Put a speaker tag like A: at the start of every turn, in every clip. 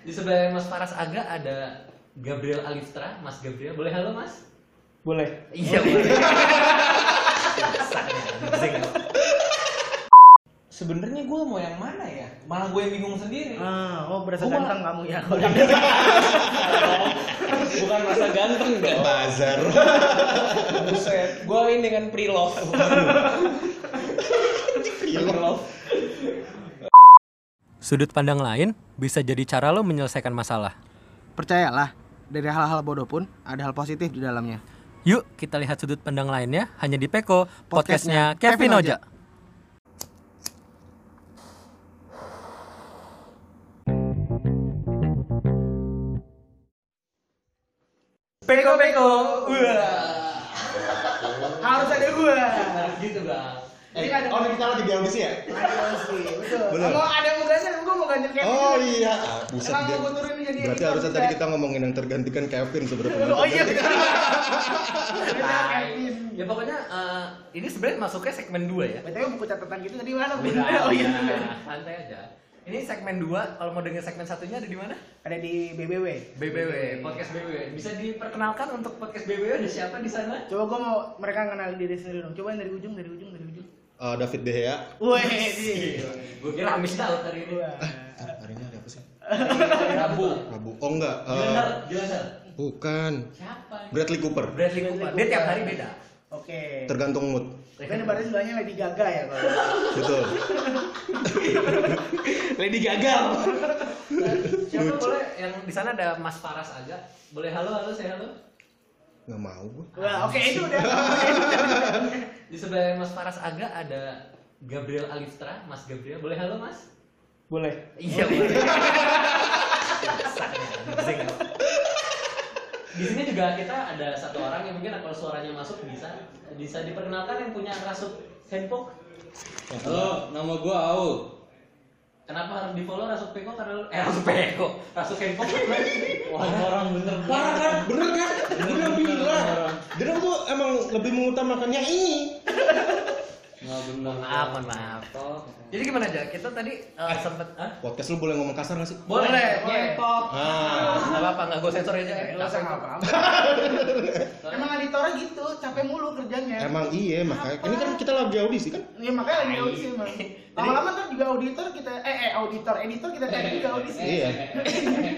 A: Di sebelah Mas Faras Aga ada Gabriel Aliftra. Mas Gabriel, boleh halo Mas?
B: Boleh.
A: Iya, boleh. Anjing, lo.
B: Sebenarnya gue mau yang mana ya? Malah gue yang bingung sendiri.
C: Ah, oh berasa
B: Gua-
C: ganteng kamu ya.
B: Bukan masa ganteng
D: Nggak
B: dong.
D: bazar.
B: Buset. Gue ini dengan pre-love. pre-love.
A: Sudut pandang lain bisa jadi cara lo menyelesaikan masalah.
C: Percayalah, dari hal-hal bodoh pun ada hal positif di dalamnya.
A: Yuk kita lihat sudut pandang lainnya hanya di Peko,
C: Podcastnya Kevin Oja.
B: Peko peko.
C: Harus ada gua.
B: Gitu bang.
D: Eh, oh, kita lagi di audisi ya? Bener.
C: Kalau ada yang mau gantiin, gua mau gantiin Kevin.
D: Oh iya, ah, buset
C: Emang
D: dia.
C: gua turunin jadi
D: Berarti
C: editor,
D: harusnya
C: buset.
D: tadi kita ngomongin yang tergantikan Kevin sebenarnya.
C: Oh iya. Kevin.
A: Tai. Ya pokoknya eh, ini sebenarnya masuknya segmen 2 ya.
C: BTW buku catatan gitu tadi mana? Bu?
A: Beda.
C: Oh iya. iya.
A: santai aja. Ini segmen 2, kalau mau denger segmen satunya ada di mana?
C: Ada di BBW.
A: BBW, podcast BBW. Bisa diperkenalkan untuk podcast BBW ada siapa di sana?
C: Coba gua mau mereka kenalin diri sendiri dong. Coba yang dari ujung, dari ujung, dari ujung.
D: Eh, David De Gea.
C: Wih.
D: Iya.
C: iya.
A: Gue Iya. kira Amis Daud hari ini.
D: Ah, hari ini hari apa sih?
A: Rabu.
D: Rabu. Oh enggak. eh,
A: Gilender, Gilender.
D: bukan.
A: Siapa?
D: Bradley Cooper.
A: Bradley Cooper. Dia tiap hari beda.
C: Oke.
D: Tergantung mood.
C: Kan ibaratnya sebelahnya Lady Gaga ya kalau.
D: Betul.
B: Lady gagal.
A: Siapa boleh yang di sana ada Mas Paras aja. Boleh halo halo saya halo.
D: Nggak mau gua.
C: Wah, oke itu udah.
A: Di sebelah Mas Paras Aga ada Gabriel Aliftra, Mas Gabriel. Boleh halo Mas?
B: Boleh.
A: Iya boleh. Dasarnya, anjing, lo. Di sini juga kita ada satu orang yang mungkin kalau suaranya masuk bisa bisa diperkenalkan yang punya rasuk handphone.
D: Eh,
E: Halo, nama gua Au.
A: Kenapa harus di follow rasuk peko karena lu- eh rasuk peko rasuk handphone? Wah,
E: Orang bener
D: Parah kan? Bener kan?
E: Bener,
D: Bener
E: bener,
D: bilang.
E: bener.
D: Dia tuh emang lebih mengutamakan yang ini.
E: Nggak bener.
A: maaf maaf. Jadi gimana aja? Kita tadi eh, sempet ah?
D: Podcast lu boleh ngomong kasar nggak sih?
A: Boleh,
C: Boleh, boleh.
A: nyepop.
D: Ah,
A: Gak apa-apa, gak gue sensor aja.
C: Nggak usah nggak apa-apa. Emang editornya gitu, capek mulu kerjanya.
D: emang iya makanya. Ini kan kita lagi audisi kan?
C: Ya makanya lagi audisi emang. Lama-lama ntar juga auditor kita, eh eh auditor, editor kita cari juga audisi.
D: Iya.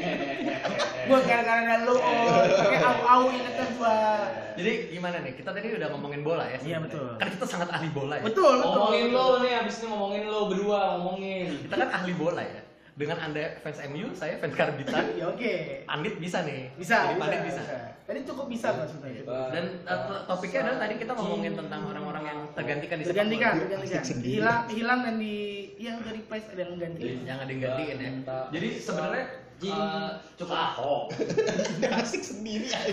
C: Gua gara-gara ada lu, oh, pakai au-au ingetan gua.
A: Jadi gimana nih? Kita tadi udah ngomongin bola ya. sebenarnya.
C: Iya, betul.
A: Kan kita sangat ahli bola ya.
C: Betul, betul.
E: Ngomongin lo nih, abis ini ngomongin lo berdua ngomongin.
A: Kita kan ahli bola ya. Dengan Anda fans MU, saya fans Karbitan.
C: Ya oke.
A: Pandit bisa nih.
C: Bisa,
A: Jadi Pandit bisa.
C: Tadi cukup bisa kan sebenarnya.
A: Dan uh, topiknya adalah tadi kita ngomongin tentang orang-orang yang tergantikan di sepak
C: Digantikan,
A: bola.
C: digantikan. Hilang, hilang dan di yang dari price ada yang ganti.
A: Jadi Jangan digantiin ya. Jadi sebenarnya uh, cukup
D: Dia asik sendiri aja.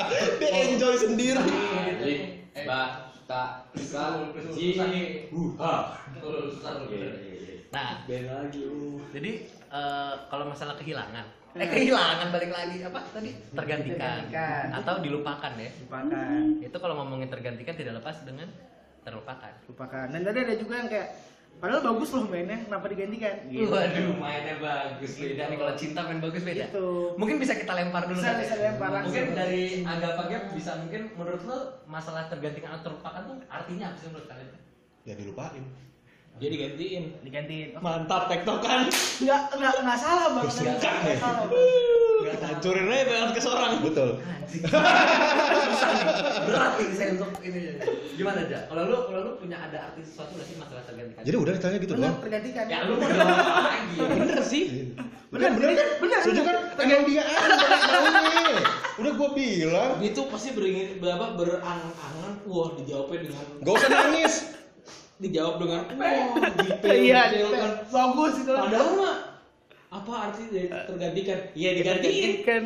D: Dia enjoy sendiri.
E: Eh,
A: Nah,
E: Ben lagi lu.
A: jadi uh, kalau masalah kehilangan, eh kehilangan balik lagi apa tadi? Tergantikan,
C: Tergantikan.
A: atau dilupakan ya.
C: Lupakan.
A: Itu kalau ngomongin tergantikan tidak lepas dengan terlupakan.
C: lupakan dan tadi ada juga yang kayak padahal bagus loh mainnya kenapa digantikan gitu
A: Waduh, mainnya bagus beda nih kalau cinta main bagus beda.
C: Gitu.
A: Mungkin bisa kita lempar dulu.
C: Bisa,
A: kali
C: bisa
A: ya.
C: lempar langsung.
A: Mungkin dari agak Pagep bisa mungkin menurut lo masalah tergantikan atau terlupakan tuh artinya apa sih menurut kalian?
D: Ya dilupain.
E: Jadi gantiin.
C: digantiin oh,
E: Mantap tektokan.
C: nggak nggak nggak salah bang
D: Bersikat
C: Nggak- nggak
D: ya.
C: salah Bang.
E: Gak hancurin aja pengen ke seorang.
D: Betul.
A: Anjing. Berat nih saya untuk ini. Gimana aja? Kalau lu kalau lu punya ada arti sesuatu nggak sih masalah tergantikan?
D: Jadi udah ditanya gitu
C: benar Iya,
D: doang.
C: tergantikan
A: ya lu mau jawab apa lagi.
E: Bener sih.
D: Bener, bener kan?
C: bener.
D: Iya, Setuju kan? Emang dia aja banyak maunya. Udah gua bilang,
E: Itu pasti beringin berapa berangan-angan. Wah, dijawabnya dengan
D: gak usah nangis.
E: dijawab dengan wah, detail.
C: iya
E: detail kan.
C: bagus itu
E: Padahal mah apa arti dari tergantikan? Iya digantiin.
C: kan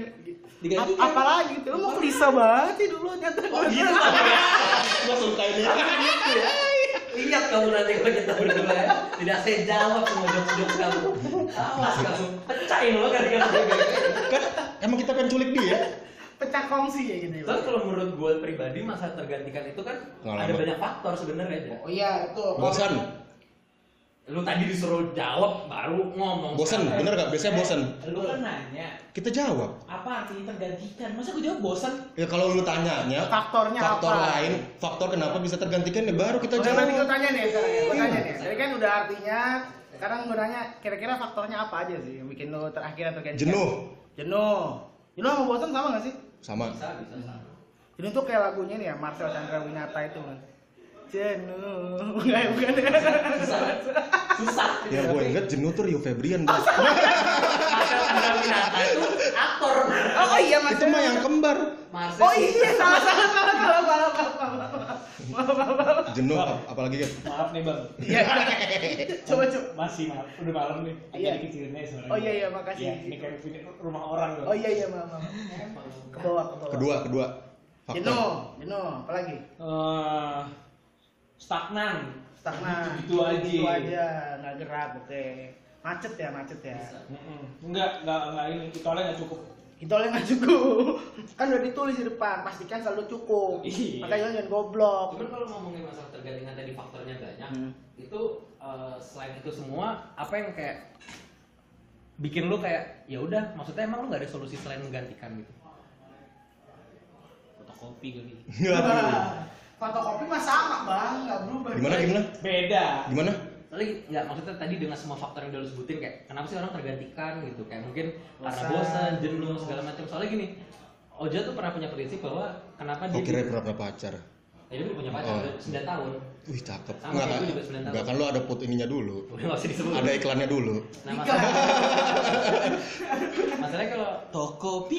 E: Digantiin.
C: apalagi itu lu mau klise banget sih dulu jatuh oh, gitu
A: Iya.
E: Gua suka ini.
A: Lihat Iya, kamu nanti kalau kita berdua ya. Tidak saya jawab semua jok-jok kamu. Awas kamu. Pecahin lo gara-gara
D: Kan emang kita pengen culik dia.
C: pecah kongsi ya gitu ya,
A: Terus
C: Bang.
A: kalau menurut gue pribadi masa tergantikan itu kan
D: Pengalaman.
C: iya,
A: ada banyak faktor sebenarnya.
C: oh iya itu
D: Bosan.
A: lu tadi disuruh jawab baru ngomong
D: Bosan,
A: sekarang.
D: bener gak? Biasanya bosan.
E: Lu kan nanya,
D: Kita jawab.
E: apa artinya tergantikan? Masa gue jawab bosan?
D: Ya kalau lu tanyanya
C: Faktornya
D: faktor
C: apa?
D: lain, faktor kenapa bisa tergantikan ya baru kita
C: Oh, coba nih gue
D: jawab.
C: tanya nih, sekarang ya, gue tanya nih. Tadi kan udah artinya, sekarang gue nanya kira-kira faktornya apa aja sih yang bikin lo terakhir atau kayak
D: Jenuh
C: Jenuh. Jenuh sama bosan sama gak sih?
D: sama.
A: bisa bisa sama
C: Jenuh tuh kayak lagunya nih ya, Marcel Chandra Winata itu. kan. Jenuh. Enggak, bukan.
A: susah
D: Ya gue inget jenuh tuh Rio Febrian. Bang.
A: Marcel Chandra Winata itu aktor
C: Oh iya, Mas.
D: Itu mah yang kembar.
A: Marcel
C: Oh iya, salah salah salah salah salah salah. Maaf, maaf, maaf.
D: Jenuh ap- apalagi kan.
E: Maaf nih bang,
C: Iya. Coba coba.
E: masih maaf, udah malam nih.
C: Iya.
E: Agak dikecilin aja suaranya.
C: Oh iya iya, makasih.
E: Iya, ini kayak ini rumah orang loh.
C: Oh iya iya, maaf, maaf. Ke bawah, ke bawah.
D: Kedua, kedua.
C: Jenuh,
D: Faktor.
C: jenuh, apa lagi?
E: Eh, stagnan.
C: Stagnan.
E: Gitu-gitu aja.
C: Gitu aja, nggak gerak, oke. Macet ya, macet ya.
E: Mm-mm. Enggak, enggak, enggak ini. Tolnya enggak cukup.
C: Kitolnya nggak cukup. Kan udah ditulis di depan, pastikan selalu cukup.
E: Iya.
C: Makanya jangan goblok.
A: Cuman kalau ngomongin masalah tergantikan tadi faktornya banyak,
C: Hmm.
A: itu eh, selain itu semua apa yang kayak bikin lu kayak ya udah maksudnya emang lu gak ada solusi selain menggantikan gitu.
E: Fotokopi kali.
D: Iya. Aduh.
C: Iya. Fotokopi mah sama, Bang, nggak berubah.
D: Gimana gimana?
E: Beda.
D: Gimana?
A: Soalnya nggak maksudnya tadi dengan semua faktor yang udah lu sebutin kayak kenapa sih orang tergantikan gitu kayak mungkin karena
C: Bosan.
A: bosan, jenuh segala macam. Soalnya gini, Oja tuh pernah punya prinsip bahwa kenapa
D: Oke,
A: dia
C: gitu.
D: Oh,
A: gitu?
D: kira pernah pernah pacar.
A: ya, dia udah punya pacar
D: Oh.
A: udah 9 tahun.
D: Wih, cakep.
A: Sama,
D: Enggak
A: itu
D: kan?
C: gitu
A: juga sembilan tahun.
D: Enggak kan lu ada foto ininya dulu.
A: Udah nggak usah disebut.
D: Ada iklannya dulu.
A: Nah,
C: Nikah.
A: masalah- masalahnya kalau
E: Tokopi.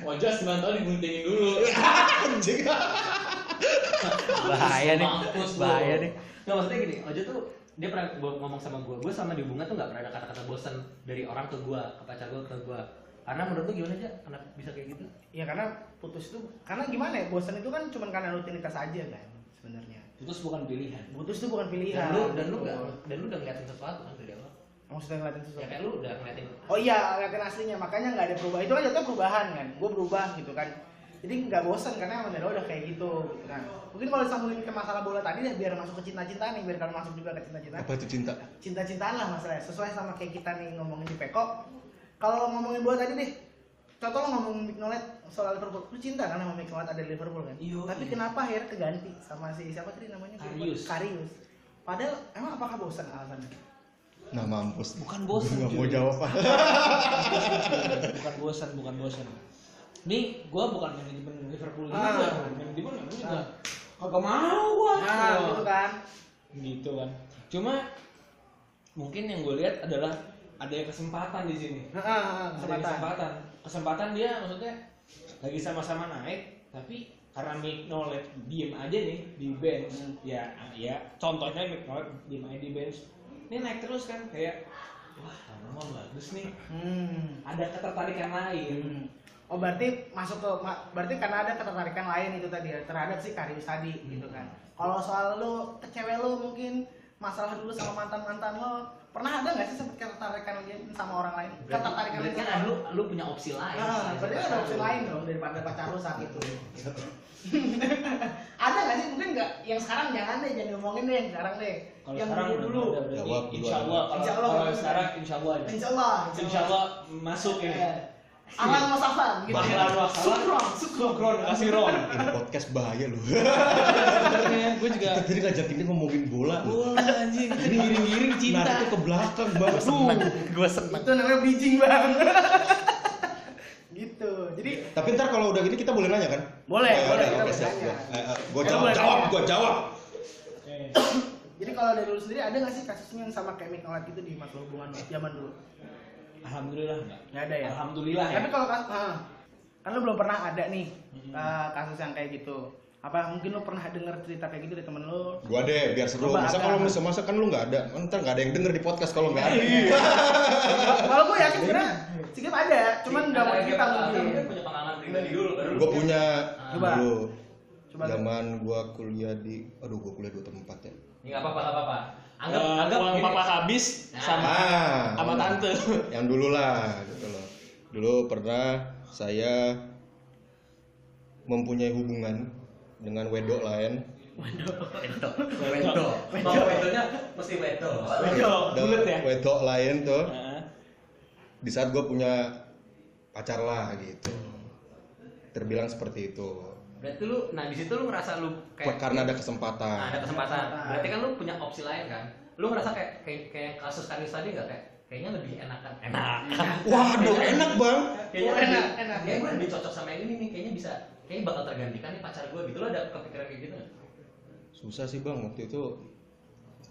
E: Wajah 9 tahun dibuntingin dulu.
D: Anjing.
A: bahaya nih
E: Mampus lu.
A: bahaya nih nggak maksudnya gini Ojo tuh dia pernah gua ngomong sama gue gue sama di bunga tuh nggak pernah ada kata-kata bosen dari orang ke gue ke pacar gue ke gue karena menurut lu gimana aja anak bisa kayak gitu
C: Ya karena putus itu karena gimana ya? Bosan itu kan cuma karena rutinitas aja kan sebenarnya.
E: Putus bukan pilihan.
C: Putus itu bukan
A: dan
C: pilihan.
A: lu
D: Iya.
A: dan lu nggak
C: Betul.
A: dan lu udah ngeliatin sesuatu kan dari awal
C: maksudnya ngeliatin
A: ya
C: sesuatu.
A: kayak lu udah ngeliatin
C: Oh iya, ngeliatin aslinya, makanya nggak ada perubahan. Itu kan jatuhnya perubahan kan, gue berubah gitu kan. Jadi nggak bosan karena emang dari awal udah kayak gitu. gitu kan. Mungkin kalau disambungin ke masalah bola tadi ya biar masuk ke cinta-cintaan nih, biar kalau masuk juga ke cinta-cintaan.
D: Apa itu cinta?
C: Cinta-cintaan lah masalahnya, sesuai sama kayak kita nih ngomongin di Peko. Kalau ngomongin bola tadi deh, contoh lo ngomongin Mignolet soal Liverpool, lu cinta kan sama Mignolet ada di Liverpool kan?
E: Iya.
C: Tapi kenapa akhirnya keganti sama si siapa tadi namanya?
E: Karius. Iya.
C: Karius. Padahal emang apakah bosan alasannya?
D: Nah, mampus.
E: Bukan bosan,
D: Nggak mau
E: cuy.
D: jawab. ah.
E: bukan bosan, bukan bosan. Nih, gua bukan manajemen Liverpool juga,
C: Ah.
E: manajemen aku juga.
C: Ah.
E: Kagak mau gua.
C: Nah, gitu kan.
E: gitu kan. Cuma mungkin yang gue lihat adalah ada kesempatan di sini.
C: Nah, ah, ah,
E: Ada
C: kesempatan.
E: kesempatan. Kesempatan dia maksudnya lagi sama-sama naik, tapi karena Mick Nolet diem aja nih di bench.
A: Hmm.
E: Ya, ya contohnya Mick Nolet diem aja di bench. Ini naik terus kan kayak wah Ramon bagus nih.
C: Hmm.
E: Ada ketertarikan lain.
C: Oh berarti masuk ke ma- berarti karena ada ketertarikan lain itu tadi ya terhadap si Karius tadi gitu kan.
E: Hmm.
C: Kalau soal lu ke cewek lu mungkin masalah dulu sama mantan mantan lo pernah ada nggak sih sempet ketertarikan lain sama orang lain?
A: berarti
C: ketertarikan
A: berarti kan ada lu lu punya opsi lain
C: Nah,
E: Ah,
A: selain
C: berarti kan
A: pacar
C: ada opsi
A: lu.
C: lain dong daripada pacar lu saat itu.
E: Gitu.
C: ada nggak sih mungkin nggak yang sekarang jangan deh jangan ngomongin deh yang sekarang deh.
E: Kalau
C: yang
E: sekarang
C: dulu dulu.
E: udah- udah- udah-
D: Jawab
E: insya
D: dulu.
E: Allah
C: Insya
E: kalau
C: Allah.
E: kalau sekarang insya Allah ada.
C: Insya Allah.
E: Insya Allah Iya. masuk ini.
C: Eh, Alang wasafan gitu. ya.
E: Bahlan wasafan.
C: Sukron, sukron.
E: Sukron kasih ron.
D: Ini podcast bahaya lu.
E: Sebenarnya gue juga
D: Kita tadi ngajakin dia ngomongin bola. lu.
C: Oh.
E: bola anjing. Ini giring-giring cinta.
D: Nariknya ke belakang, Bang. Aduh.
A: gue seneng
C: Itu namanya bridging bang. gitu. Jadi
D: Tapi ntar kalau udah gini kita Iya. boleh nanya kan?
C: Boleh,
D: Eh,
C: boleh,
D: udah,
C: kita
D: oke,
C: boleh
D: siap.
C: nanya.
D: Gua, eh, eh, gua
C: Kita
D: jawab,
C: boleh
D: jawab,
C: nanya.
D: gua jawab.
E: Oke.
C: jadi kalau dari lu sendiri ada nggak sih kasusnya yang sama kayak Mikael gitu di masa hubungan lu, zaman dulu?
E: Alhamdulillah enggak.
C: Nggak ada ya.
E: Alhamdulillah ya.
C: Tapi kalau kasus, ah, kan lu belum pernah ada nih
E: Mm-mm.
C: eh, kasus yang kayak gitu. Apa mungkin lu pernah dengar cerita kayak gitu dari temen lu?
D: Gua deh biar seru.
C: Coba
D: Masa
C: ada.
D: kalau masa masa kan lu nggak ada. Ntar nggak ada yang denger di podcast kalau nggak ada.
C: Kalau gue yakin sebenarnya sikit ada,
A: Iya.
C: cuman nggak mau cerita mungkin.
A: mungkin punya pengalaman
E: Iya.
A: pribadi dulu baru lu-
D: Gua punya
C: Coba.
D: dulu.
C: Coba.
D: Zaman gua kuliah di aduh gua kuliah dua tempat ya.
A: ini nggak apa-apa nggak apa-apa anggap
E: Eh,
A: anggap
E: uang
A: gini.
E: papa habis
A: Nah.
E: sama
D: Ah,
E: sama
D: udah.
E: tante.
D: Yang dulu lah gitu loh. Dulu pernah saya mempunyai hubungan dengan wedok lain
A: Wedo. Wedo.
F: Mau wedonya mesti wedo.
E: Wedok, bulat ya.
D: Wedok lain tuh.
E: Heeh.
D: Di saat gue punya pacar lah gitu. Terbilang seperti itu.
A: Berarti lu, nah di situ lu ngerasa lu kayak
D: Karena
A: nah,
D: ada
A: ada
D: kesempatan.
A: kesempatan. Berarti kan lu punya opsi lain kan. Lu ngerasa kayak kayak, kayak kasus kasus tadi nggak kayak kayaknya lebih enakan enakan.
D: Waduh, enak bang.
A: Kayaknya
C: Oh,
A: enak
C: enak,
A: enak.
C: enak.
A: Kayaknya gue lebih cocok sama yang ini nih. Kayaknya bisa kayaknya bakal tergantikan nih pacar gue gitu. Lo ada kepikiran kayak gitu nggak?
D: Susah sih bang waktu itu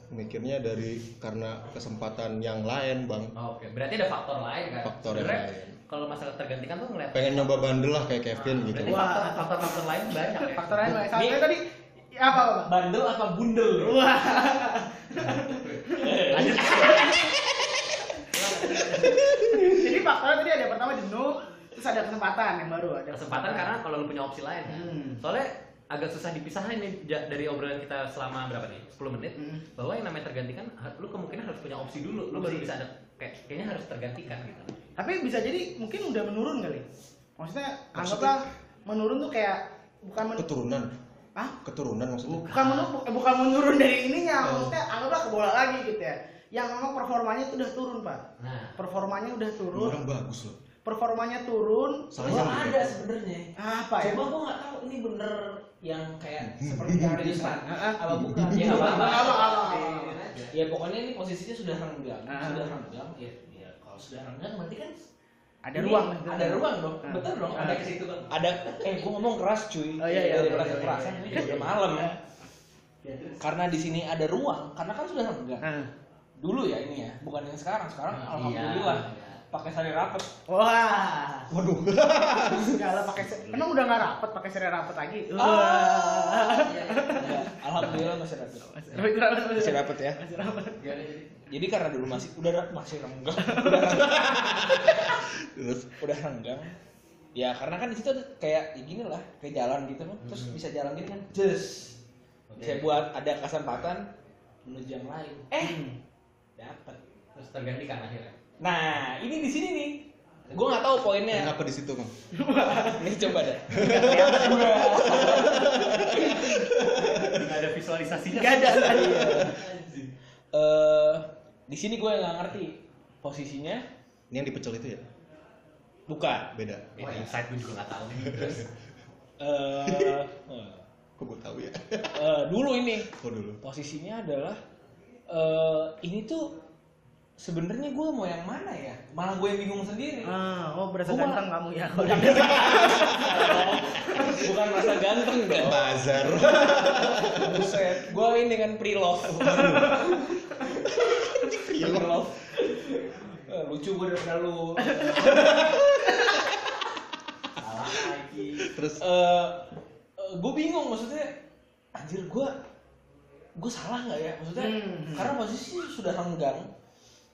D: mikirnya dari karena kesempatan yang lain bang.
A: Oh, Oke, berarti ada faktor lain kan?
D: Faktor yang
A: Sebenarnya
D: lain.
A: Kalau masalah tergantikan tuh ngeliat Nah,
D: Pengen nyoba bandel lah kayak Kevin
A: Ah,
D: gitu.
A: Berarti faktor- faktor-faktor lain banyak ya?
C: Faktor lain lah.
E: Nih.
C: Satunya tadi ya apa apa?
E: Bandel apa bundel?
C: Jadi faktornya tadi ada yang pertama jenuh, terus ada kesempatan yang baru ada
A: Kesempatan karena kalau lu punya opsi lain kan?
C: Hmm.
A: Soalnya agak susah dipisahin nih ja- dari obrolan kita selama berapa nih? 10 menit
C: Hmm.
A: bahwa yang namanya tergantikan ha- lu kemungkinan harus punya opsi dulu lu baru bisa ada kayak kayaknya harus tergantikan gitu
C: Tapi bisa jadi mungkin udah menurun kali. Maksudnya anggaplah menurun tuh kayak bukan menurun
D: Keturunan.
C: Hah?
D: Keturunan maksudnya.
C: bukan menurun eh, bukan menurun dari ininya
D: Oh.
C: maksudnya anggaplah ke bola lagi gitu ya yang memang performanya tuh udah turun pak
A: nah
C: performanya udah turun
D: Orang bagus loh.
C: performanya turun
D: Sayang
E: Gua
D: gitu.
E: ada sebenarnya.
C: apa ya
E: Cuma gua nggak tahu ini bener yang kayak seperti Karius
C: Heeh.
E: apa bukan?
A: Iya,
E: Ya
C: Apa, apa, apa, apa, apa.
E: Biarin aja. Ya pokoknya ini posisinya sudah renggang,
C: Ah.
E: sudah renggang. Ya, ya kalau sudah renggang berarti kan
C: ada
E: ini
C: ruang
E: ada ruang dong,
C: Ah.
E: betul dong. Ada
F: Ada ke situ bang.
E: ada eh gua ngomong keras cuy
C: Oh, iya, iya,
E: dari
C: iya,
E: perasaan
C: iya,
E: perasaan
C: iya,
E: ini
C: iya.
E: udah malam
F: Ya, terus.
E: karena di sini ada ruang karena kan sudah renggang
C: Heeh.
E: dulu ya ini ya bukan yang sekarang sekarang
A: Iya.
E: alhamdulillah pakai sari rapet
C: wah
D: Waduh.
C: segala pakai se- emang udah nggak rapet pakai serai rapet lagi
E: Ah.
C: wah
E: Ya, alhamdulillah masih rapet
C: Masih rapet,
E: masih
C: masih rapet.
E: rapet ya
C: Masih rapet.
A: Iya,
F: Gimana jadi?
E: jadi karena dulu masih udah ra- masih renggang
D: Terus
E: udah renggang ya karena kan di situ ada kayak ya gini lah kayak jalan gitu kan terus bisa jalan gini kan jess
A: Oke.
E: saya buat ada kesempatan menuju yang lain eh dapat
A: terus tergantikan akhirnya
E: nah ini di sini nih gue nggak tahu poinnya
D: kenapa di situ bang?
E: ini coba deh
A: nggak ada visualisasinya
C: Nggak ada tadi
E: Eh, di sini gue nggak ngerti posisinya
D: Ini yang dipecel itu ya?
E: bukan
D: Beda.
A: Wah, insight gue juga nggak tahu
E: Eh,
D: Kok gue tahu ya?
E: eh, dulu ini
D: Kok dulu?
E: posisinya adalah eh ini tuh sebenarnya gue mau yang mana ya malah gue yang bingung sendiri
C: ah oh berasa
E: Gua-
C: ganteng kamu ya
E: bukan bukan masa ganteng dong
D: Bazar.
E: buset gue ini kan pre love pre love Eh, lucu gue daripada lu
F: Salah lagi.
D: Terus
E: gue Eh, bingung maksudnya anjir gue gue salah nggak ya maksudnya
C: Hmm.
E: karena posisi sudah renggang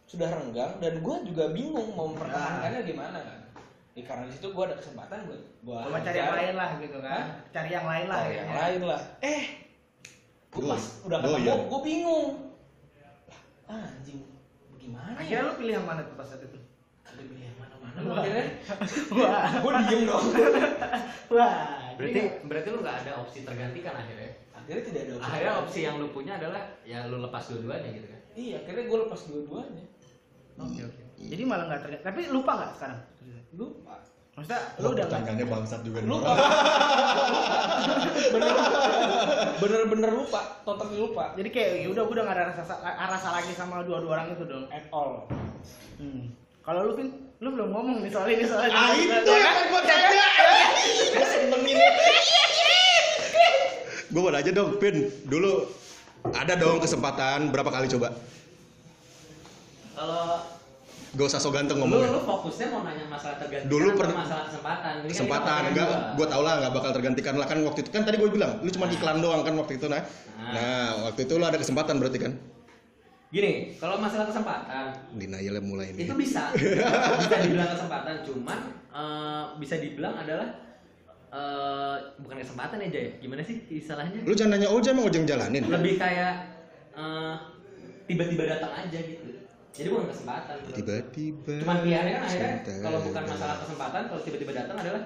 E: sudah renggang dan gue juga bingung mau mempertahankannya gimana kan ya, karena di situ gue ada kesempatan gue gue
C: Coba cari yang lain lah gitu kan cari yang lain lah ya.
E: yang
C: kayaknya.
E: lain lah eh gue
D: Doi.
E: Oh, pas udah
D: Doi
E: ketemu
D: ya?
E: gue bingung lah anjing gimana ya
C: akhirnya lu pilih yang mana tuh pas saat itu
E: kagak pilih yang mana-mana gua akhirnya
C: wah
E: gue diem dong
C: wah
A: berarti berarti lu nggak ada opsi tergantikan akhirnya
E: akhirnya tidak ada
A: akhirnya opsi yang lu punya adalah ya lu lepas dua-duanya gitu kan
E: iya akhirnya gue lepas dua-duanya
C: oke oke jadi malah nggak terlihat tapi lupa nggak sekarang
E: lupa
C: maksudnya lu
D: lu
C: udah nggak
D: tangganya bangsat juga nih
E: lupa
D: orang.
E: bener bener-bener lupa totally lupa
C: jadi kayak ya udah gue udah nggak ada rasa sa- rasa lagi sama dua-dua orang itu dong
E: at all
C: hmm. kalau lu pin lu belum ngomong nih soal ini Iya kan? soal ini
D: Ah itu yang gue tanya. Gue senengin. Gue mau aja dong, Pin. Dulu ada dong kesempatan berapa kali coba?
A: kalau
D: Gak usah so ganteng
A: lu lu
D: ngomongnya.
A: fokusnya mau nanya masalah tergantikan
D: Dulu
A: atau
D: per-
A: masalah kesempatan Ini kan kita
D: Kesempatan
A: pakai dua.
D: enggak, gue tau lah nggak bakal tergantikan lah kan waktu itu kan tadi gue bilang lu cuma iklan doang kan waktu itu nah. Nah waktu itu lu ada kesempatan berarti kan?
A: gini kalau masalah kesempatan
D: Denial mulai ini.
A: itu bisa bisa dibilang kesempatan cuman eh, bisa dibilang adalah eh, bukan kesempatan ya Jay gimana sih istilahnya
D: Lu jangan nanya oh, Oja emang Oja yang jalanin.
A: lebih kayak eh, tiba-tiba datang aja gitu jadi bukan kesempatan
D: Tiba-tiba.
A: cuman pilihannya kan akhirnya
D: Cinta.
A: kalau bukan masalah kesempatan kalau tiba-tiba datang adalah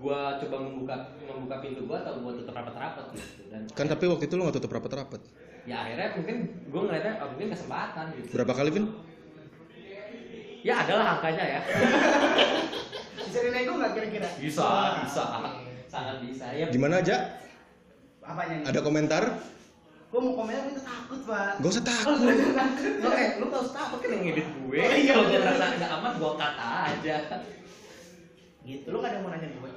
A: gua coba membuka membuka pintu gua atau gua tutup rapat-rapat gitu dan
D: Kan tapi waktu itu lu nggak tutup rapat-rapat.
A: ya akhirnya mungkin gua ngeliatnya oh, mungkin kesempatan gitu
D: Berapa kali, Vin?
A: ya adalah angkanya ya
C: Bisa dinego nggak kira-kira?
A: bisa
C: Wah,
A: bisa
C: oke.
A: sangat bisa ya
D: Gimana aja?
C: Apanya nih?
D: Ada komentar?
C: Gue mau komen tapi takut pak.
D: Gak usah takut.
C: Oh, gua takut.
A: lo eh lo gak usah takut kan yang ngedit gue
C: Oh, iya,
A: kalau gue
C: bener.
A: merasa nggak aman gua kata aja
C: Gitu, lu nggak ada yang mau nanya gue?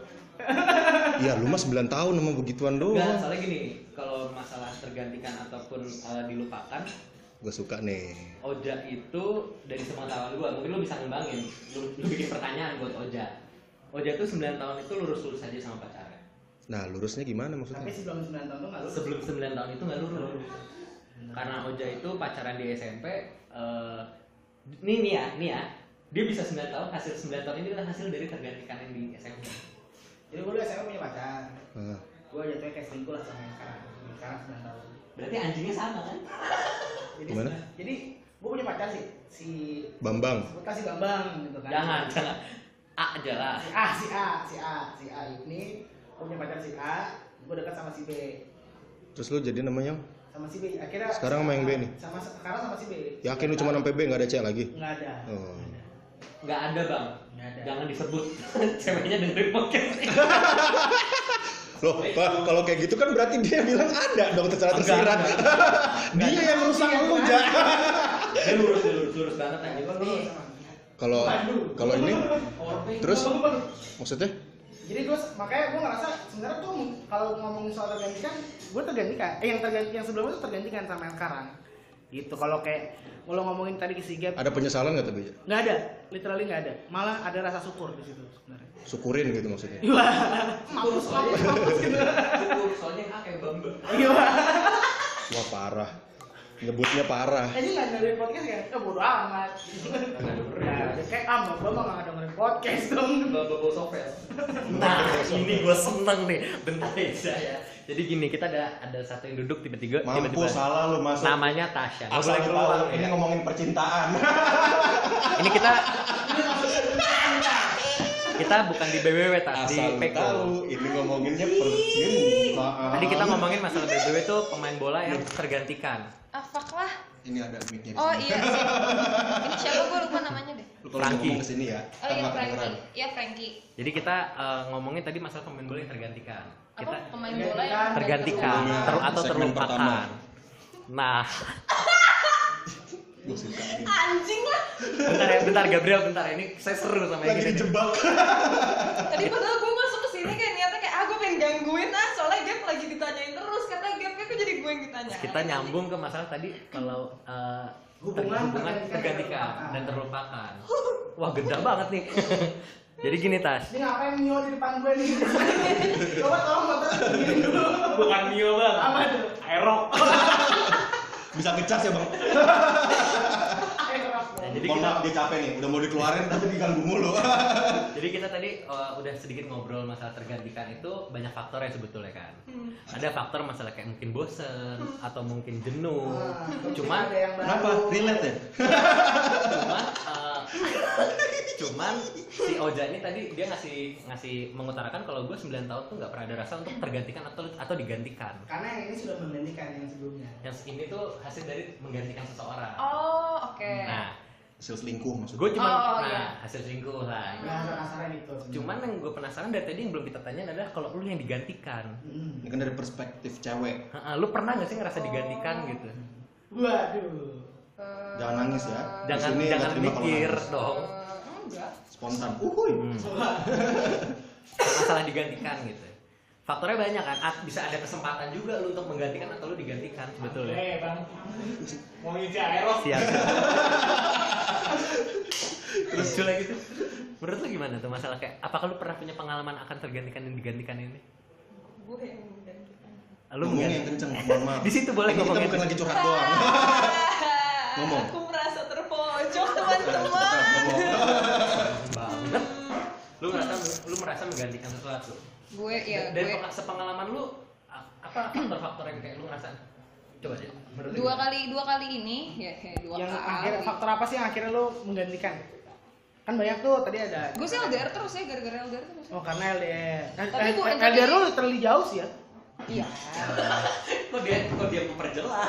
D: Ya lu mah 9 tahun sama begituan
A: Enggak,
D: doang.
A: soalnya gini, kalau masalah tergantikan ataupun eh, dilupakan,
D: Gue suka nih.
A: Oja itu dari sepengetahuan gue, mungkin lu bisa ngembangin, lu, lu bikin pertanyaan buat Oja. Oja tuh 9 tahun itu lurus-lurus aja sama pacarnya.
D: Nah, lurusnya gimana maksudnya?
C: Tapi sebelum 9 tahun tuh nggak lulus.
A: Sebelum 9 tahun itu nggak lurus. Karena Oja itu pacaran di SMP, eh, nih nih ya, nih ya, dia bisa 9 tahun, hasil 9 tahun ini adalah hasil dari tergantikan yang di SMP.
C: Jadi gue dulu SMA punya pacar.
D: Ah.
C: Gue jatuhnya kayak selingkuh lah sama yang sekarang. Yang Sekarang 9 tahun.
A: Berarti anjingnya sama kan?
C: Jadi,
D: Gimana?
C: Jadi gue punya pacar sih si
D: Bambang.
C: sebutlah si Bambang gitu kan.
A: Jangan, jangan. A aja lah.
C: Si A, si A, si A, si A ini gue punya pacar si A, gue dekat sama si B,
D: Terus lu jadi namanya?
C: sama si B. Akhirnya
D: Sekarang sama yang B nih?
C: Sama sekarang sama si B.
D: Yakin lu cuma sampai B nggak ada C lagi?
C: Nggak ada.
D: Oh.
A: Nggak ada bang,
C: Nggak ada.
A: jangan disebut ceweknya dengerin podcast ini.
D: Loh, Pak, kalau kayak gitu kan berarti dia bilang ada dong secara
A: Nah, Enggak,
D: tersirat.
A: enggak.
D: dia yang merusak lu, Ja.
A: Dia lurus, dia lurus, lurus banget aja.
C: Gue lulus sama dia.
D: Kalau kalau ini terus maksudnya
C: jadi gue makanya gue ngerasa sebenarnya tuh kalau ngomongin soal tergantikan gue tergantikan eh yang terganti yang sebelumnya tuh tergantikan sama yang sekarang gitu kalau kayak kalau ngomongin tadi ke si Gap
D: ada penyesalan nggak tapi Ja?
C: nggak ada literally nggak ada malah ada rasa syukur di situ sebenarnya
D: syukurin gitu maksudnya.
C: wah mampus mampus mampus gitu Iya.
A: Soalnya A kayak bamba.
C: Wah.
D: Wah parah. Nyebutnya parah.
C: Eh, ini nggak dengerin podcast ya eh bodo amat Nah, kayak ah mbak mbak nggak dengerin podcast dong
A: Bamba bau sopel. Nah, ini gue seneng nih. Bentar aja ya. Jadi gini, kita ada ada satu yang duduk tiba-tiba
D: Mampu
A: tiba-tiba.
D: salah lu masuk.
A: Namanya Tasya. Nggak
D: Asal
A: boleh
D: lu
A: keluar.
D: tahu, ini ngomongin percintaan.
A: Ini kita kita bukan di BWW tadi,
D: Asal lu
A: Peko.
D: tahu, iya. ini ngomonginnya percintaan.
A: Tadi kita ngomongin masalah BBW itu pemain bola yang tergantikan.
G: Ah, fuck lah.
D: ini ada mic-nya. di
G: Oh
D: sini.
G: iya sih. Ini siapa gue lupa namanya deh.
D: Lu kalau
A: Frankie.
D: ngomong ke sini ya,
G: Oh iya
D: nggak kedengeran.
G: Frankie. Iya Frankie.
A: Jadi kita eh, ngomongin tadi masalah pemain bola yang tergantikan. Kita
G: Apa pemain bola ya? yang
A: tergantikan
D: Sebelumnya,
A: ter- atau
D: Iya, segmen pertama.
A: terlupakan. Nah,
D: Gua suka.
G: Anjing lah.
A: bentar ya, bentar Gabriel, bentar. Ini saya seru sama yang ini.
D: Lagi
A: nih.
D: dijebak.
G: Tadi padahal gue masuk ke sini kayak niatnya kayak ah gue pengen gangguin ah soalnya Gap lagi ditanyain terus kata Gap kok jadi gue yang ditanya.
A: Kita nyambung ke masalah tadi kalau eh,
C: Hubungan Ah.
A: hubungan
C: tergantikan
A: tergantikan
C: dan
A: dan terlupakan. Wah, geda banget nih. Jadi gini Tas,
C: ini ngapain Mio di depan gue nih coba tolong motor sendiri dulu
E: Bukan Mio bang.
C: apa tuh
E: Aerok.
D: Bisa ngecas ya, Bang.
C: eh keras dong.
A: Nah, Jadi
D: Mohon
A: kita-
D: maaf, dia capek nih, udah mau dikeluarin tapi diganggu mulu.
A: Jadi kita tadi uh, udah sedikit ngobrol masalah tergantikan itu banyak faktor ya sebetulnya kan.
G: Hmm.
A: Ada faktor masalah kayak mungkin bosen atau mungkin jenuh.
C: Ah,
A: cuman
C: ada yang baru.
D: Kenapa? Relate ya?
A: cuman uh, cuman si Oja ini tadi dia ngasih ngasih mengutarakan kalau gue 9 tahun tuh nggak pernah ada rasa untuk tergantikan atau atau digantikan.
C: Karena yang ini sudah menggantikan yang sebelumnya.
D: Ya.
A: Yang ini tuh hasil dari menggantikan seseorang.
G: Oh oke.
A: Nah,
D: Hasil selingkuh maksudnya.
A: gue cuman
G: Oh,
A: nah,
G: iya.
A: hasil selingkuh lah.
C: Nah, kasarnya itu.
A: Cuman yang gue penasaran dari tadi yang belum kita tanyain adalah kalau lu yang digantikan.
C: Hmm.
D: Ini kan dari perspektif cewek.
A: Ha-ha, lu pernah gak sih ngerasa
G: Oh.
A: digantikan gitu?
C: Waduh.
G: Eh,
D: Jangan nangis ya. Di
A: Jangan
D: sini nggak
A: jangan
D: terima kalau
A: mikir
D: nangis.
A: dong.
G: eh, enggak.
D: Spontan. Uhuy.
A: Hmm. Masalah digantikan gitu. Faktornya banyak kan. Ah, Bisa ada kesempatan juga lu untuk menggantikan atau lu digantikan sebetulnya.
E: Eh bang. Mau ngisi Aerok.
A: Siap. Lucu lagi tuh. Menurut lu gimana tuh masalah kayak apakah lu pernah punya pengalaman akan tergantikan dan digantikan ini?
G: Gue yang menggantikan.
A: Lu
D: ngomong
A: mengganti-
D: yang kenceng, mohon maaf.
A: Di situ boleh
D: Ini kita
A: ngomongin.
D: bukan lagi curhat doang.
G: Ah,
D: Ngomong.
G: Aku merasa terpojok
D: Curhat,
G: teman-teman.
D: ngomong.
A: banget. Lu merasa lu merasa menggantikan sesuatu.
G: Gue ya
A: dan
G: gue
A: penga- sepengalaman lu a- apa faktor-faktor yang kayak lu ngerasa coba deh menurut lu
G: dua
A: gimana?
G: kali dua kali ini ya, ya dua
C: Yang
G: kali.
C: akhir faktor apa sih yang akhirnya lo menggantikan? Kan banyak tuh tadi ada.
G: Gue sih LDR terus ya, gara-gara LDR terus.
C: Oh karena LDR. Eh,
G: Tapi
C: eh,
G: gua yang
C: LDR lu
G: tadi-
C: terlalu jauh sih ya.
G: Iya.
E: Iya,
F: Kok dia kok dia memperjelas?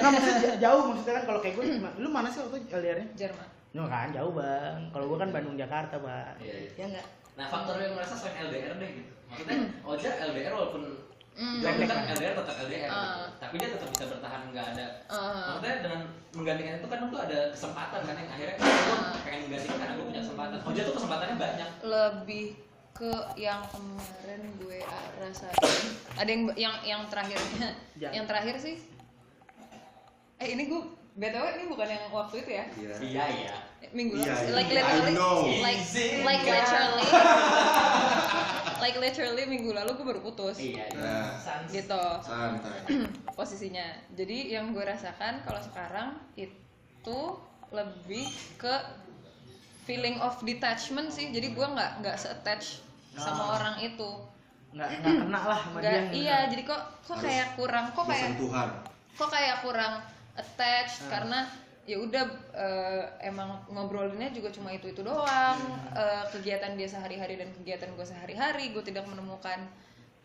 C: Nah maksudnya ja- jauh maksudnya kan kalau kayak gue cuma- lu mana sih waktu LDR-nya?
G: Jerman.
C: No kan jauh bang. Kalau gue kan Bandung Jakarta bang.
F: Iya, iya.
C: Ya enggak.
F: Nah, faktor yang merasa selain LDR deh gitu. Maksudnya Oja LDR walaupun
G: Hmm.
F: jauh kan LDR tetap LDR.
G: Ah.
F: Tapi dia tetap bisa bertahan nggak ada
G: Eh,
F: Maksudnya dengan menggantikan itu kan itu ada kesempatan kan yang akhirnya kan gue
G: Ah.
F: pengen menggantikan karena gue punya kesempatan. Oja tuh kesempatannya banyak.
G: lebih ke yang kemarin gue rasain. Ada yang yang yang terakhirnya.
C: Jangan.
G: Yang terakhir sih. Eh ini gue btw ini bukan yang waktu itu ya.
F: Iya iya.
G: Minggu lalu.
D: Iya, iya.
G: Like
D: I
G: literally.
D: know. kan?
G: Like like
F: Izinkan.
G: literally. like literally minggu lalu gue baru putus.
F: Iya iya.
D: Nah,
F: Sans.
G: Gitu.
D: santai.
G: posisinya. Jadi yang gue rasakan kalau sekarang itu lebih ke feeling of detachment sih. Jadi gue nggak nggak attach sama orang itu.
C: Enggak enggak kena lah Ah. sama dia.
G: Nggak, iya. Jadi kok kok
D: Harus
G: kayak kurang, kok kayak
D: Tuhan.
G: kok kayak kurang attached
C: Ah.
G: karena ya udah eh, emang ngobrolinnya juga cuma itu itu doang
C: Iya.
G: Eh, kegiatan dia sehari-hari dan kegiatan gue sehari-hari gue tidak menemukan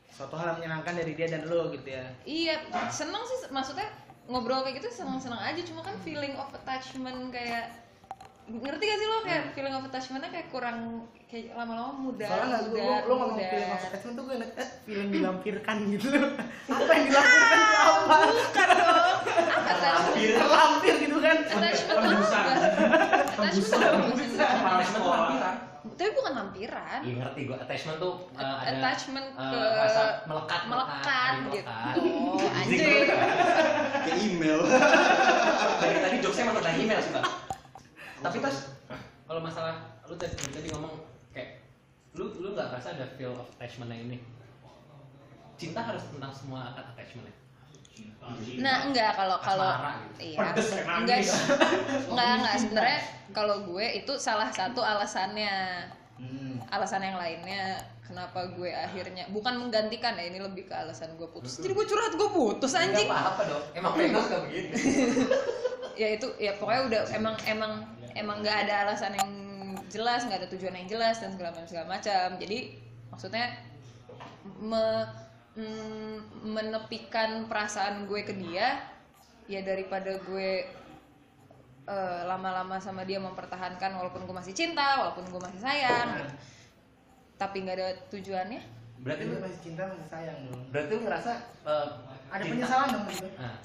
C: Suatu hal yang menyenangkan dari dia dan lu gitu ya.
G: Iya, seneng sih maksudnya ngobrol kayak gitu seneng-seneng aja cuma kan feeling of attachment kayak ngerti gak sih lo kayak feeling of attachmentnya kayak kurang kayak lama-lama muda
C: Hmm. Soalnya nggak gue
G: muda
C: lo ngomong
G: muda.
C: film masa kecil tuh gue inget eh film dilampirkan gitu. apa yang dilampirkan itu apa?
G: Apa attachment
C: Terlampir gitu kan.
G: attachment tuh apa attachment tuh apa sih?
F: Kepala sekolah.
G: tapi bukan lampiran
A: Iya ngerti gue attachment tuh eh, ada
G: attachment
A: eh,
G: ke
A: rasa melekat
G: melekat gitu
A: melekat.
G: anjing
D: Ke email.
F: Dari tadi jokesnya emang tentang email sih bang. Tapi terus kalau masalah lu tadi, tadi ngomong kayak
A: lu lu nggak ngerasa ada feel of attachment yang ini cinta harus tentang semua akad attachment
G: Nah, enggak kalau kalau
A: Asmara
G: iya. Enggak. Enggak, enggak sebenarnya kalau gue itu salah satu alasannya. Alasan yang lainnya kenapa gue akhirnya bukan menggantikan ya ini lebih ke alasan gue putus. Jadi gue curhat gue putus anjing.
F: apa dong? Emang pengen suka begini.
G: Ya itu ya pokoknya udah emang emang emang enggak ada alasan yang jelas, enggak ada tujuan yang jelas dan segala macam segala macam. Jadi maksudnya me- mm, menepikan perasaan gue ke dia ya daripada gue eh, lama-lama sama dia mempertahankan walaupun gue masih cinta walaupun gue masih sayang tapi nggak ada tujuannya
C: Berarti lu masih cinta masih sayang dong.
A: berarti lu ngerasa eh,
C: Ada
A: cinta-
C: penyesalan dong gitu.
A: Nah,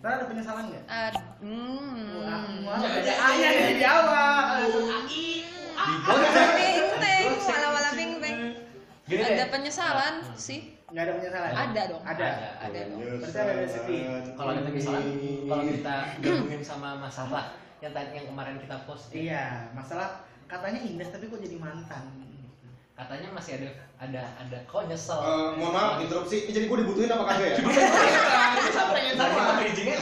C: Ntar ada penyesalan nggak?
G: Ah, hmm.
C: Wah, wah, ada A-nya nih di awal.
G: Ping teng, wala-wala ping teng.
A: Gini
G: ada
A: deh.
G: penyesalan sih
C: Nggak ada penyesalan.
G: ada dong
C: Ada.
G: ada dong
C: Berarti ada rezeki.
A: kalau kita misalnya
D: Eh,
A: kalau kita gabungin sama masalah yang tadi yang kemarin kita post ya,
C: Iya, masalah katanya indah tapi kok jadi mantan.
A: katanya masih ada ada ada kok nyesel
D: Eh, mohon maaf interupsi. Ini jadi gue dibutuhin apa kagak ya?
F: Tadi sampai di jingle.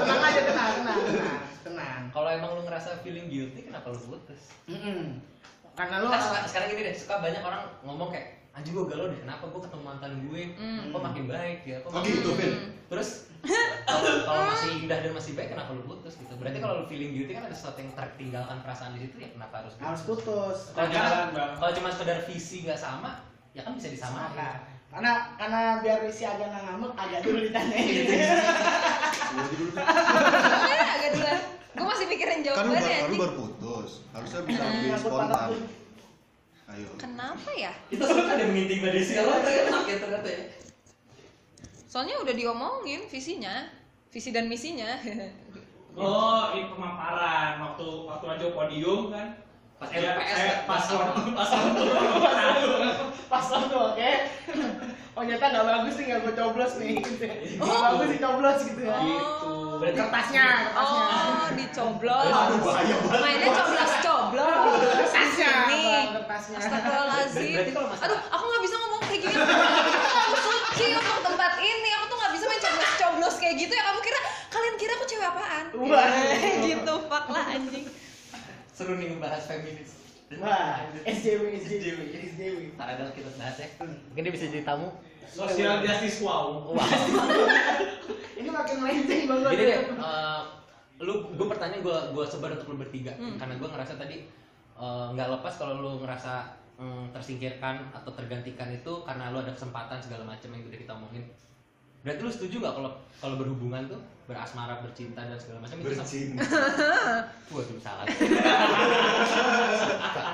C: tenang aja tenang, tenang, tenang, tenang.
A: kalau emang lu ngerasa feeling guilty kenapa lu putus
C: Mm-mm. Karena lu
A: Nah, suka, sekarang gini deh, suka banyak orang ngomong kayak anjing gue galau deh, kenapa gue ketemu mantan gue
G: Hmm.
A: kok makin baik ya, kok
D: Oh
A: makin
D: gitu, Vin.
A: terus kalau kalau masih indah dan masih baik kenapa lu putus gitu? Berarti kalau lu feeling guilty kan ada sesuatu yang tertinggalkan perasaan di situ ya kenapa harus
C: harus putus.
A: Kalau cuma, kalau cuma sekedar visi nggak sama, ya kan bisa disamain.
C: Nah, karena karena biar si agak nggak ngamuk agak dulu ditanyain.
G: Iya, agak dulu gue masih
D: Kan
G: mikirin
D: lu
G: jawabannya
D: baru, kan lu
G: anjing.
D: baru putus. Harusnya bisa ambil iya, spontan. Ayo.
G: kenapa ya
F: Itu sebenarnya ada yang mengintimidasi orang tuh
C: Iya.
F: enak ya ternyata ya.
G: soalnya udah diomongin visinya visi dan misinya
H: Oh, ini pemaparan waktu waktu aja podium kan.
A: Pas
C: Iya,
H: Ya,
A: LPS
H: saya
A: kan?
H: paslon paslon
C: Pasang tuh, oke? Oh nyata nggak bagus nih nggak gue coblos nih. Gitu ya. Nggak
G: Oh.
C: bagus sih coblos gitu. ya.
G: oh
A: Berarti
C: Kertasnya, kertasnya.
G: oh
D: Aduh
G: dicoblos
D: bahaya banget.
G: mainnya coblos coblos
C: Kertasnya,
G: Ini.
C: Bang, kertasnya.
G: Astagfirullahaladzim
A: Berarti kalau masalah-
G: Aduh, aku gak bisa ngomong kayak gini Aku suci untuk tempat ini Aku tuh gak bisa main coblos-coblos kayak gitu Ya kamu kira, kalian kira aku cewek apaan?
C: Wah.
G: gitu, fuck lah anjing
A: Seru nih ngebahas feminis.
C: Wah, SJW, SJW, SJW.
A: Ntar ada kita bahas ya. Mungkin dia bisa jadi tamu.
H: Social justice wow.
A: Wah.
C: Ini makin melenceng banget.
A: Jadi deh, eh, lu gue pertanyaan gue gue sebar untuk lu bertiga karena gue ngerasa tadi eh, nggak lepas kalau lu ngerasa mm, tersingkirkan atau tergantikan itu karena lu ada kesempatan segala macam yang udah kita omongin. Berarti lu setuju nggak kalau kalau berhubungan tuh berasmara, bercinta dan segala macam itu sama? Waduh, salah.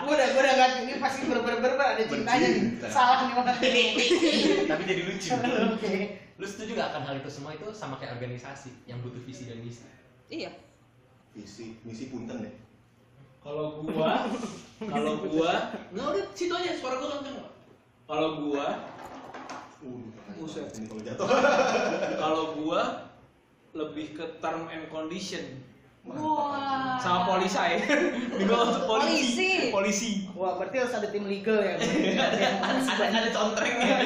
C: Gue udah, gue udah nggak ini pasti berber-berber ada cintanya nih.
D: Bercinta.
C: Salah nih orang ini.
A: Tapi jadi lucu.
C: Oke.
A: Lu setuju nggak akan hal itu semua itu sama kayak organisasi yang butuh visi dan misi?
G: Iya.
D: Misi, misi punten deh.
E: Kalau gua, kalau gua, nggak udah situ aja suara gua kenceng. Kalau gua,
D: Uh,
E: Buset.
D: ini kalau jatuh.
E: kalau gua lebih ke term and condition
G: Wah.
E: sama polisai. Di bawah polisi.
G: Polisi.
E: Polisi.
C: Wah, berarti harus ada tim legal ya.
E: Ada ada contrengnya.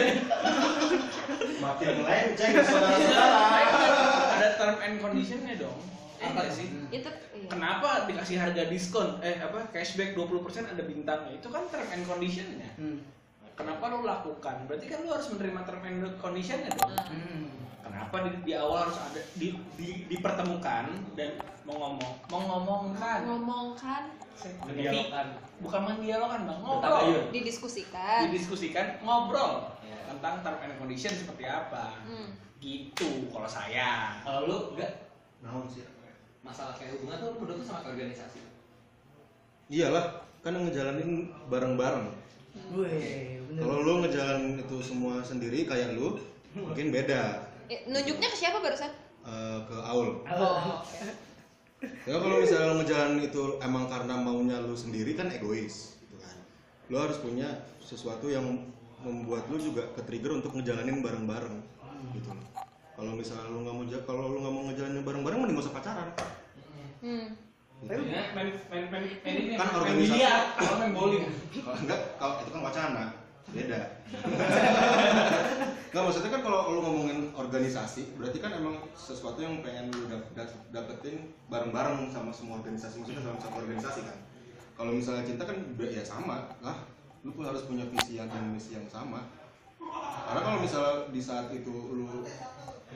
D: Makin melenceng saudara-saudara.
E: ada term and conditionnya dong. Eh,
C: Apa
E: nggak sih?
G: Itu iya.
E: Kenapa dikasih harga diskon? Eh apa cashback 20% ada bintangnya? Itu kan term and conditionnya.
C: Hmm.
E: Kenapa lu lakukan? Berarti kan lu harus menerima term and conditionnya dong.
G: Nah,
C: Hmm.
E: Kenapa di, di awal harus ada di, di- dipertemukan dan mengomong mengomongkan
G: Nah, ngomongkan,
E: mendialogkan bukan mendialogkan bang ngobrol
A: Bertagayun.
G: didiskusikan.
E: didiskusikan ngobrol
A: Ya.
E: tentang term and condition seperti apa
G: Hmm.
E: gitu kalau saya
A: Kalau lu nggak
D: Naon sih?
A: masalah kayak hubungan tuh lu berdua tuh sama kayak organisasi.
D: Iyalah, kan ngejalanin bareng-bareng.
C: Wih, bener.
D: Kalau lu ngejalanin itu semua sendiri kayak lu, mungkin beda
G: Eh, Nunjuknya ke siapa barusan?
D: eh, ke Aul.
G: Oh,
D: Ya kalau misalnya lo ngejalanin itu emang karena maunya lu sendiri kan egois gitu kan. Lu harus punya sesuatu yang membuat lu juga ke-trigger untuk ngejalanin bareng-bareng gitu loh. Kalau misalnya lu nggak mau ja- kalau lu nggak mau ngejalanin bareng-bareng mending gak usah pacaran.
G: Hmm.
D: Gitu.
E: Ya, main main main main
D: Kan
E: ini main- main
D: organisasi.
E: biliar kalau main bowling
D: Kalau enggak kalau itu kan wacana, beda. Nggak maksudnya kan kalau lu ngomongin organisasi, berarti kan emang sesuatu yang pengen lu dap- dap- dapetin bareng-bareng sama semua organisasi, maksudnya dalam satu organisasi kan. Kalau misalnya cinta kan be- ya sama lah, lu pun harus punya visi yang dan misi yang sama. Karena kalau misalnya di saat itu lu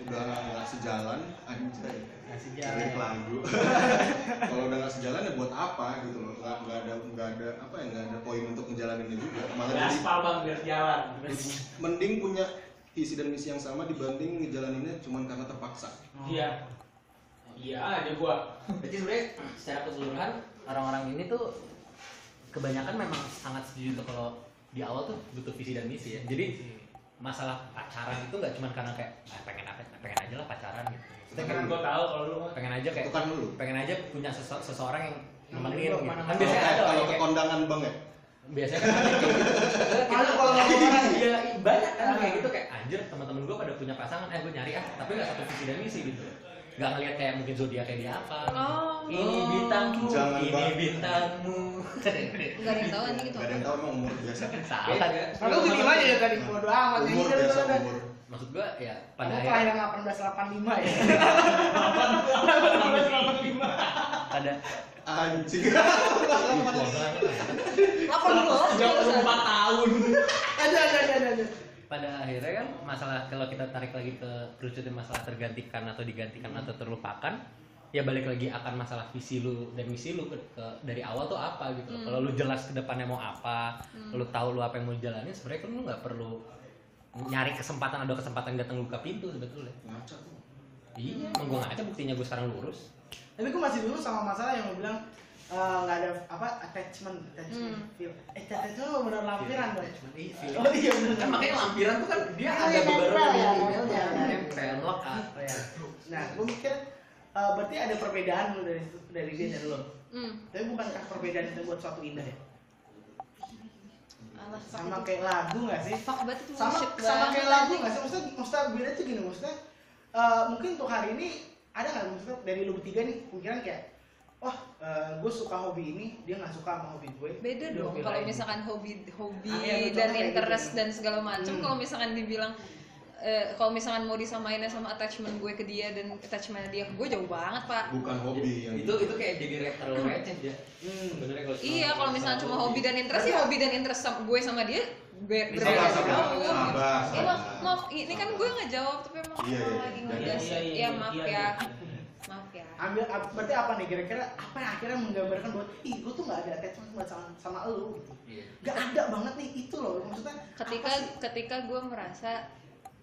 D: udah nggak sejalan, anjay,
A: Ngasih
D: Keren lagu. Kalau udah nggak sejalan ya buat apa gitu loh? Nggak nggak ada nggak ada apa ya nggak ada poin untuk ngejalaninnya juga. Malah
E: Ada
D: jadi
E: aspal bang biar jalan
D: mending punya visi dan misi yang sama dibanding ngejalaninnya cuma karena terpaksa.
E: iya iya aja gua
A: Berarti sebenarnya secara keseluruhan orang-orang ini tuh kebanyakan memang sangat setuju tuh kalau di awal tuh butuh visi dan misi ya. Jadi masalah pacaran itu nggak cuma karena kayak "Ah, pengen apa pengen aja lah pacaran gitu.
E: Itu kan gua tahu kalau lu mah
A: Pengen aja kayak
D: Itu kan lu.
A: pengen aja punya sese- seseorang yang
C: Hmm,
A: nemenin
C: lu
A: gitu.
C: mana-
A: Kan
D: Kalau
E: Iya,
A: biasanya ada
D: kayak- kalau
A: orang
D: ke
A: yang kayak-
D: kondangan bang ya.
A: biasanya kan ada kayak gitu.
C: Malu kalau ngomong orang.
A: Iya, banyak kan kayak gitu kayak anjir teman-teman gue pada punya pasangan eh gue nyari ah tapi nggak satu visi dan misi gitu nggak ngeliat kayak mungkin zodiaknya dia apa
G: Oh.
A: ini bintangku
D: Jangan
A: ini
D: banget.
A: bintangmu
G: Enggak ada yang tahu anjing itu.
D: Gak ada yang tahu emang umur biasa.
A: salah
C: Kalau gue diem aja ya tadi, bodo amat ya.
D: Umur
C: Iya,
D: biasa
C: bener, bener.
D: umur.
A: maksud gue ya pada
C: Kamu
A: akhirnya
C: kelahiran 1885 ya?
A: pada
D: Anjing.
G: Apa dulu?
E: empat tahun
C: Ada, ada, ada, ada, ada.
A: pada akhirnya kan masalah kalau kita tarik lagi ke kerucutin masalah tergantikan atau digantikan
G: Hmm.
A: atau terlupakan ya balik lagi akan masalah visi lu dan misi lu ke- ke- dari awal tuh apa gitu
G: Hmm.
A: kalau lu jelas ke depannya mau apa
G: Hmm.
A: lu tahu lu apa yang mau jalanin sebenarnya kan lu nggak perlu nyari kesempatan ada kesempatan datang buka pintu sebetulnya
D: Ngaca tuh.
A: iya emang gua ngaca buktinya gua sekarang lurus
C: Tapi gue masih dulu sama masalah yang gue bilang eh, nggak ada apa attachment, attachment
G: Hmm.
C: feel. Eh, attachment itu benar lampiran dong.
A: Iya,
C: Oh iya benar.
A: kan makanya lampiran tuh kan dia ah.
C: Iya,
A: ada
C: iya,
A: beberapa
C: nempel ya,
A: yang
C: nempel.
A: nempel lekat
C: Oh, iya. Nah, gue mikir eh, berarti ada perbedaan lo dari dari dia dan lo.
G: Hmm.
C: Tapi bukankah perbedaan itu buat suatu indah ya?
G: Alah, fuck
C: Sama
G: itu.
C: kayak lagu nggak sih?
G: Fuck banget itu
C: sama
G: bullshit
C: sama
G: banget.
C: kayak lagu nggak sih maksudnya maksudnya beda tuh gini maksudnya eh, mungkin untuk hari ini ada nggak maksudnya dari lu bertiga nih pikiran kayak wah gue suka hobi ini dia nggak suka sama hobi gue
G: beda
C: Dia
G: dong
C: hobi
G: kalau
C: lain.
G: misalkan hobi hobi
C: Ah, iya, betul,
G: dan
C: kayak
G: interest
C: gitu.
G: dan segala macam
C: Hmm.
G: kalau misalkan dibilang eh, kalau misalkan mau disamainnya sama attachment gue ke dia dan attachment dia ke gue jauh banget pak
D: Bukan hobi yang
A: itu itu kayak jadi terlalu receh ya
C: hmm.
A: sebenarnya kalau cuma-
G: iya kalau misalkan cuma hobi dan interest ya hobi dan interest sama gue sama dia gue
D: sabar
G: berbeda
D: sabar
G: jauh gitu.
D: sabar.
G: Eh, maaf,
D: sabar.
G: maaf, ini kan gue nggak jawab tapi emang
D: Iya,
G: aku
D: iya,
G: lagi
D: iya.
G: ngegas.
E: Iya, iya,
G: Ya
E: iya,
G: maaf
E: iya,
G: ya,
E: iya.
G: maaf ya.
C: ambil ap- berarti apa nih kira-kira apa yang akhirnya menggambarkan buat ih gue tuh nggak ada attachment buat sama sama lu gitu.
I: Iya.
C: nggak ada banget nih itu loh maksudnya
G: ketika
C: apa sih?
G: ketika gue merasa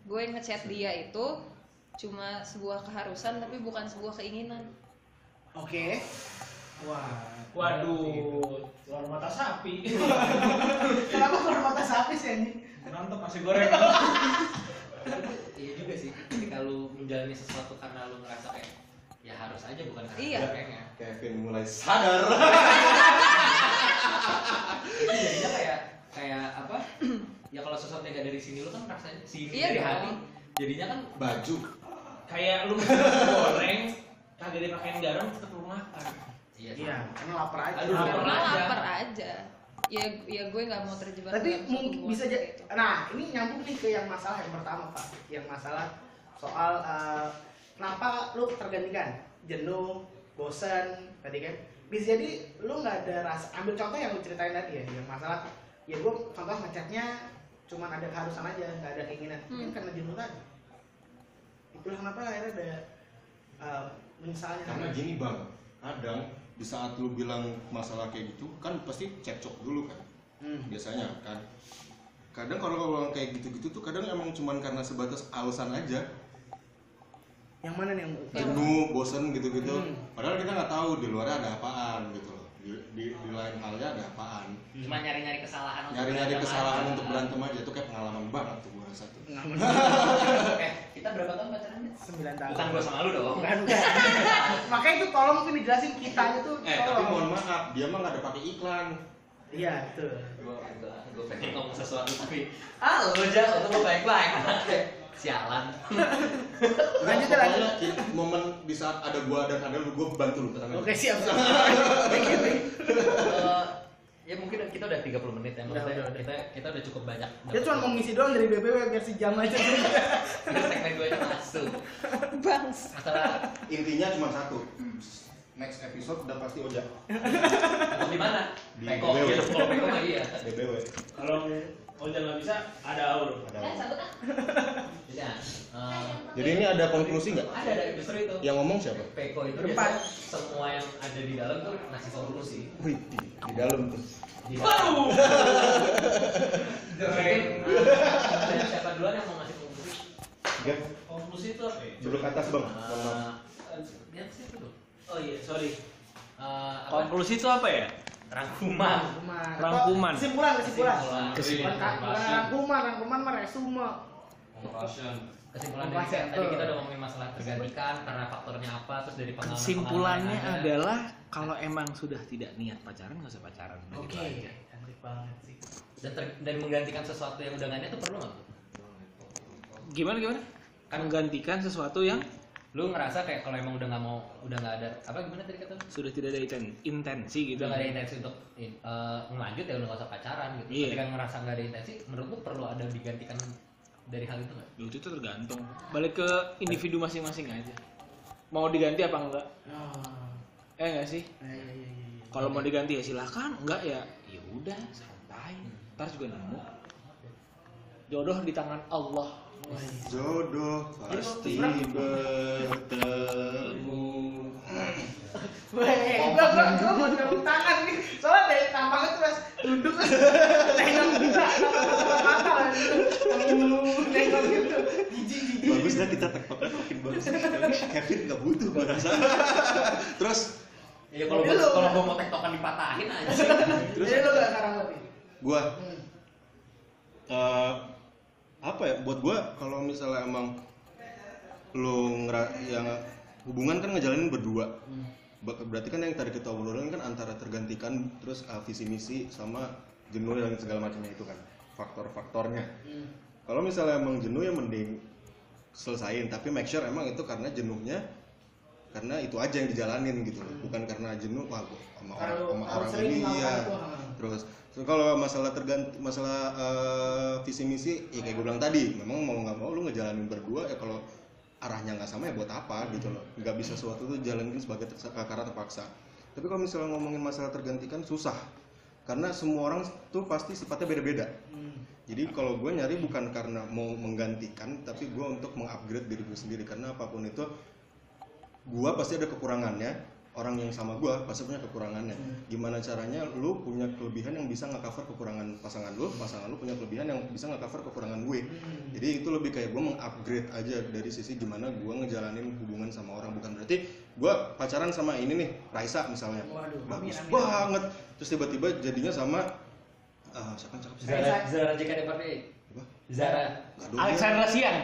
G: gue ngechat dia itu cuma sebuah keharusan tapi bukan sebuah keinginan
C: oke wah
J: Waduh, luar mata sapi.
C: kenapa keluar mata sapi sih ini
J: Mantap masih goreng.
A: iya juga sih ketika lu menjalani sesuatu karena lu ngerasa kayak ya harus aja bukan karena
G: Iya.
A: gua pengen
D: Kevin mulai sadar
A: iya iya kayak kayak apa ya kalau sesuatu yang gak dari sini lu kan rasanya sini
G: Iya
A: dari
G: dong.
A: hati jadinya kan
D: baju
J: Kayak lu makan nasi goreng, kagak dipakein garam tetap lu makan.
A: iya
C: iya karena lapar aja
A: Aduh,
J: Lapar
G: karena
J: aja.
G: lapar aja ya ya gue nggak mau terjebak
C: tapi
G: dalam satu
C: mungkin
G: buah
C: bisa jadi
G: gitu.
C: nah ini nyambung nih ke yang masalah yang pertama pak yang masalah soal eh, kenapa lu tergantikan jenuh bosan tadi kan bisa jadi lu nggak ada rasa ambil contoh yang lu ceritain tadi ya yang masalah ya gue contoh ngechatnya cuman ada keharusan aja nggak ada keinginan mungkin
G: Hmm.
C: karena jenuh tadi itulah kenapa akhirnya ada eh, menyesalnya
D: karena gini bang kadang di saat lu bilang masalah kayak gitu kan pasti cekcok dulu kan
C: Hmm.
D: biasanya kan kadang kalau kalau kayak gitu-gitu tuh kadang emang cuman karena sebatas alasan aja
C: yang mana nih yang
G: Yang-
D: jenuh bosen gitu-gitu
C: Iya, Hmm.
D: padahal kita nggak tahu di luarnya ada apaan gitu loh di, di, di lain halnya ada apaan
A: cuma nyari nyari kesalahan untuk
D: nyari-nyari
A: berantem
D: kesalahan
A: aja. Nah.
D: untuk berantem aja itu kayak pengalaman banget tuh gue satu
A: eh kita berapa tahun pacaran
C: sembilan tahun
A: bukan gua sama lu dong
C: Bukan, bukan. Makanya itu tolong mungkin dijelasin kitanya tuh
D: eh tapi mohon
C: tolong.
D: maaf dia mah nggak ada pakai iklan
C: Iya, betul.
A: gua gua- gua pengen ngomong sesuatu tapi ah lu aja untuk baik baik sialan
C: Lanjut ya,
D: Pokoknya
C: lanjut.
D: ki- momen di saat ada gua dan ada lu gua bantu lu tenang aja.
C: Oke, siap. siap.
A: Eh, ya mungkin kita udah 30 menit ya maksudnya
C: Udah, udah, udah.
A: kita kita udah cukup banyak
C: Dia cuma mau ngisi doang dari BBW biar sejam aja.
A: Kita segmen gue aja masuk
G: bangs
A: masalah
D: intinya cuma satu Hmm. next episode udah pasti ojek
A: untuk di mana
D: Di
A: Peko
D: BBW.
A: ya kalau Peko mah iya
D: DBW
J: Kalau Ojek nggak bisa, ada Aul.
D: ada
G: Eh, sambut ah.
A: jadi ah, eh,
D: jadi ini ada konklusi nggak
A: ada ada justru itu
D: yang ngomong siapa
A: Peko itu
C: Berempat.
A: biasa semua yang ada di dalam tuh ngasih konklusi
D: Wih, di, di dalam tuh
A: di dalam.
J: Waduh.
A: mungkin
J: Jereng.
A: eh, siapa duluan yang mau ngasih konklusi
D: Gap,
J: Konklusi itu apa ya?
D: duduk atas bang Mohon maaf.
A: Eh, di atas itu dong.
J: Oh iya, sorry.
A: Eh, apa?
E: Konklusi itu apa ya?
A: rangkuman
C: Rangkuman.
E: Rangkuman.
C: Kesimpulan, kesimpulan.
A: kesimpulan
C: Bukan ka- bukan rangkuman, rangkuman mah resume.
A: kesimpulan dari
C: Kesimpulan.
A: kita tadi kita udah ngomongin masalah tergantikan karena faktornya apa terus dari pengalaman
E: Simpulannya adalah kalau emang sudah tidak niat pacaran nggak usah pacaran. Udah gitu aja.
C: Cantik banget sih.
A: dan, ter- dan menggantikan sesuatu yang udah gak ada itu perlu nggak Bu?
E: Gimana gimana? Kan menggantikan sesuatu yang
A: lu ngerasa kayak kalau emang udah nggak mau udah nggak ada apa gimana tadi kata lu?
E: sudah tidak ada inten- intensi gitu.
A: udah nggak ada intensi untuk eh, ngelanjut ya udah nggak usah pacaran gitu
E: Iya.
A: ketika ngerasa nggak ada intensi menurut lu perlu ada digantikan dari hal itu nggak
E: Ya, itu tuh tergantung. Balik ke individu masing-masing aja. Mau diganti apa enggak? Eh enggak sih?
C: Nah, iya, iya, iya, iya.
E: Kalau mau diganti ya silakan, enggak ya ya udah santai. Ntar juga nemu. Jodoh di tangan Allah.
D: jodoh pasti bertemu
C: Weh, gua gua gua mau tepuk tangan nih. Soalnya dari tampangnya tuh mas duduk terus nengok kita mata nengok gitu. Jijik jijik.
D: bagus dah kita tektokan makin bagus Kevin nggak butuh gue rasa terus
A: ya kalau
C: Iya,
A: gua
C: lu-
A: kalau gua mau tektokan dipatahin aja sih
D: Terus?
C: Jadi lo gak sarangan nih.
D: gue
C: Hmm.
D: eh, apa ya buat gue kalau misalnya emang lo ngera yang hubungan kan ngejalanin berdua Ber- berarti kan yang tadi kita obrolin kan antara tergantikan terus eh, visi misi sama jenuh dan segala macamnya itu kan faktor-faktornya
C: Hmm.
D: kalau misalnya emang jenuh ya mending selesain tapi make sure emang itu karena jenuhnya karena itu aja yang dijalanin gitu loh bukan karena jenuh wah gua sama orang
C: Kalau-
D: sama
C: kalau
D: orang
C: sering
D: ini
C: melakukan
D: ya
C: itu, ha.
D: terus terus kalau masalah tergant masalah eh, visi misi ya kayak gue bilang tadi memang mau nggak mau lu ngejalanin berdua ya kalau arahnya nggak sama ya buat apa gitu loh nggak bisa sesuatu tuh jalanin sebagai tersa- eh, karena terpaksa tapi kalau misalnya ngomongin masalah tergantikan susah karena semua orang tuh pasti sifatnya beda-beda jadi kalau gue nyari bukan karena mau menggantikan, tapi gue untuk mengupgrade diri gue sendiri karena apapun itu gua pasti ada kekurangannya orang yang sama gua pasti punya kekurangannya
C: Hmm.
D: gimana caranya lu punya kelebihan yang bisa nge-cover kekurangan pasangan lu pasangan lu punya kelebihan yang bisa nge-cover kekurangan gue
C: Hmm.
D: jadi itu lebih kayak gua meng-upgrade aja dari sisi gimana gua ngejalanin hubungan sama orang bukan berarti gua pacaran sama ini nih Raisa misalnya
C: Waduh, amin,
D: bagus
C: amin,
D: banget terus tiba-tiba jadinya sama ah, siapa yang cakep sih?
A: Zara Zara JKT48
D: Apa?
A: Zara
D: Nggak doyan.
E: Alexandra Ah, Siang.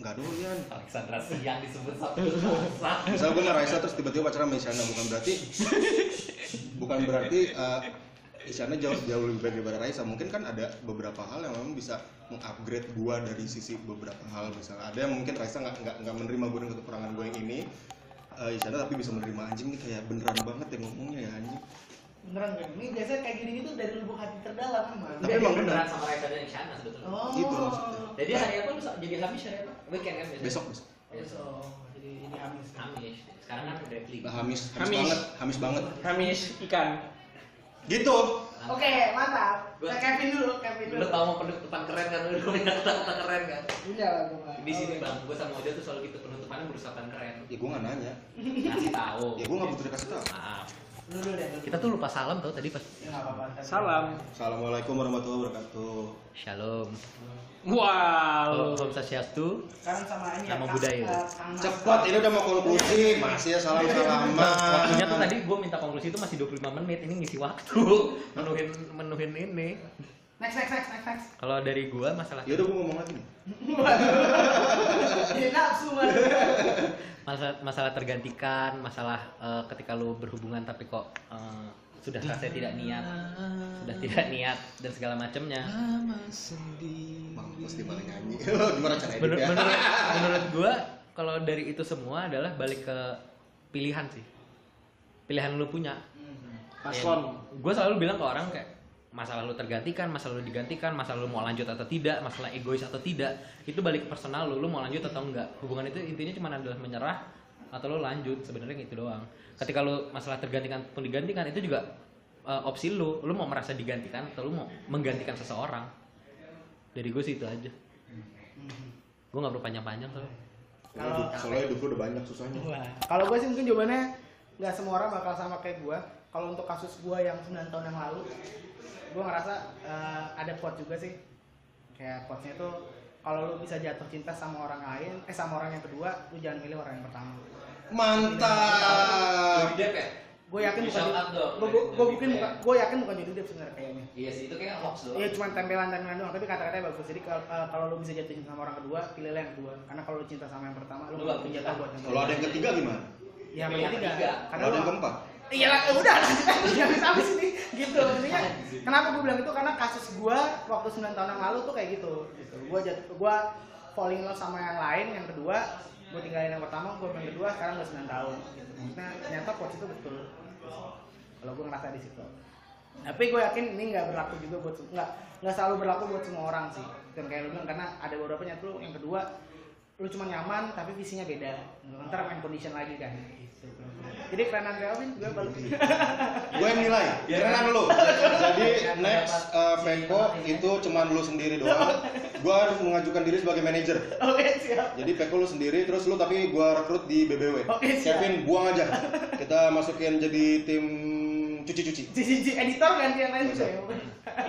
D: Nggak doyan.
A: Alexandra Siang disebut satu
D: Misalnya gue sama Raisa terus tiba-tiba pacaran sama Isyana bukan berarti bukan berarti eh, Isyana jauh jauh lebih baik daripada Raisa. Mungkin kan ada beberapa hal yang memang bisa mengupgrade gua dari sisi beberapa hal. Misalnya ada yang mungkin Raisa nggak nggak nggak menerima gue dengan kekurangan gue yang ini. Eh, Isyana tapi bisa menerima anjing nih kayak beneran banget ya ngomongnya ya anjing.
C: beneran kan ini biasanya kayak gini gitu dari lubuk hati terdalam emang
D: Tapi emang bener.
A: beneran sama Raisa dan Isyana sebetulnya
C: oh
D: Gitu maksudnya.
A: jadi hari apa lu jadi habis hari apa weekend kan biasanya
D: Besok besok.
A: Besok.
C: Oh, jadi ini amis
A: Kamis sekarang kan udah klik
D: Nah, hamis, hamis,
E: Hamis.
D: banget, hamis banget.
E: Hamis ikan.
D: Gitu.
C: oke mantap
A: Gua-
C: saya Kevin dulu Kevin dulu
A: lu tau mau penutupan keren kan lu udah punya kata-kata keren kan
C: udah lah gua.
A: di sini
C: Oke.
A: bang gue sama Ojo tuh selalu gitu penutupannya berusaha keren
D: Ya gue nggak nanya.
A: kasih tahu
D: Ya gue nggak butuh dikasih tahu.
A: maaf
C: Lu dulu deh lu.
A: kita tuh lupa salam tau tadi pas
C: Ya, nggak apa-apa ntar.
E: Salam.
D: Assalamualaikum warahmatullahi wabarakatuh.
A: shalom
E: Wow.
A: Om Swastiastu
C: sekarang sama ini
A: Nama
C: Kang-
A: budaya.
C: eh, Kang Mas.
D: Cepat, ini udah mau konklusi. Masih ya salam-salaman.
A: Waktunya tuh tadi gue minta konklusi itu masih 25 menit ini ngisi waktu menuhin menuhin ini
C: next next next next next
A: kalau dari gue masalah
D: Ya udah gua ngomong lagi nih.
C: jadi nafsu banget
A: masalah masalah tergantikan masalah eh, ketika lu berhubungan tapi kok eh, sudah rasanya tidak niat sudah tidak niat dan segala macamnya
D: Mampus dia malah nyanyi. Gimana cara edit
A: Menur-
D: ya?
A: menurut menurut gue kalau dari itu semua adalah balik ke pilihan sih pilihan lu punya
C: Hmm,
E: Paslon.
A: gue selalu bilang ke orang kayak masalah lu tergantikan masalah lu digantikan masalah lu mau lanjut atau tidak masalah egois atau tidak itu balik ke personal lu lu mau lanjut atau enggak hubungan itu intinya cuma adalah menyerah atau lu lanjut sebenarnya gitu doang ketika lu masalah tergantikan pun digantikan itu juga eh, opsi lu lu mau merasa digantikan atau lu mau menggantikan seseorang dari gue sih itu aja
C: hmm.
A: gue nggak perlu panjang-panjang soalnya
D: Soalnya hidup- Soalnya hidup gua udah banyak susahnya.
C: Wah, kalau gue sih mungkin jawabannya nggak semua orang bakal sama kayak gue. Kalau untuk kasus gue yang 9 tahun yang lalu, gue ngerasa eh, ada quote juga sih. Kayak quotesnya itu kalau lu bisa jatuh cinta sama orang lain, eh sama orang yang kedua, lu jangan milih orang yang pertama.
D: Mantap.
A: Dep ya?
C: Gue yakin bukan
A: Shout out dong.
C: gue mungkin gue yakin bukan jadi dia sebenarnya kayaknya.
A: Iya sih, itu kayak hoax
C: Ya cuma tempelan-tempelan doang, tapi kata-katanya bagus. Jadi kalau eh, kalau lu bisa jatuh cinta sama orang kedua, pilihlah yang kedua. Karena kalau lu cinta sama yang pertama, lu
A: Lu
C: nggak
A: nggak
C: punya
A: bisa.
C: jatah buat yang
D: Kalau ada yang ketiga gimana?
C: ya
A: Pilih yang
C: yang
A: ketiga.
C: ketiga.
D: Kalau ada yang keempat?
C: Iya lah, ya udah lanjut aja jangan sampai sini gitu. Maksudnya kenapa gue bilang itu karena kasus gue waktu 9 tahun yang lalu tuh kayak gitu. gitu. Gue jatuh, gue falling love sama yang lain, yang kedua gue tinggalin yang pertama, gue yang kedua sekarang udah 9 tahun. Gitu. Nah ternyata quotes itu betul. Kalau gue ngerasa di situ. Tapi gue yakin ini nggak berlaku juga buat se- nggak nggak selalu berlaku buat semua orang sih. Dan kayak lu bilang karena ada beberapa yang tuh yang kedua lu cuma nyaman tapi visinya beda. Ntar main condition lagi kan. Gitu. Jadi kerenan Kelvin gue balik.
D: Gue yang nilai. Jangan lu. Jadi next eh, Peko itu cuman lu sendiri doang. Gua harus mengajukan diri sebagai manajer.
C: Oke siap.
D: Jadi Peko lu sendiri terus lu tapi gua rekrut di BBW.
A: Oh, iya.
C: Oke, siap.
D: Kevin buang aja. Kita masukin jadi tim cuci-cuci.
C: Cici editor ganti yang lain juga ya.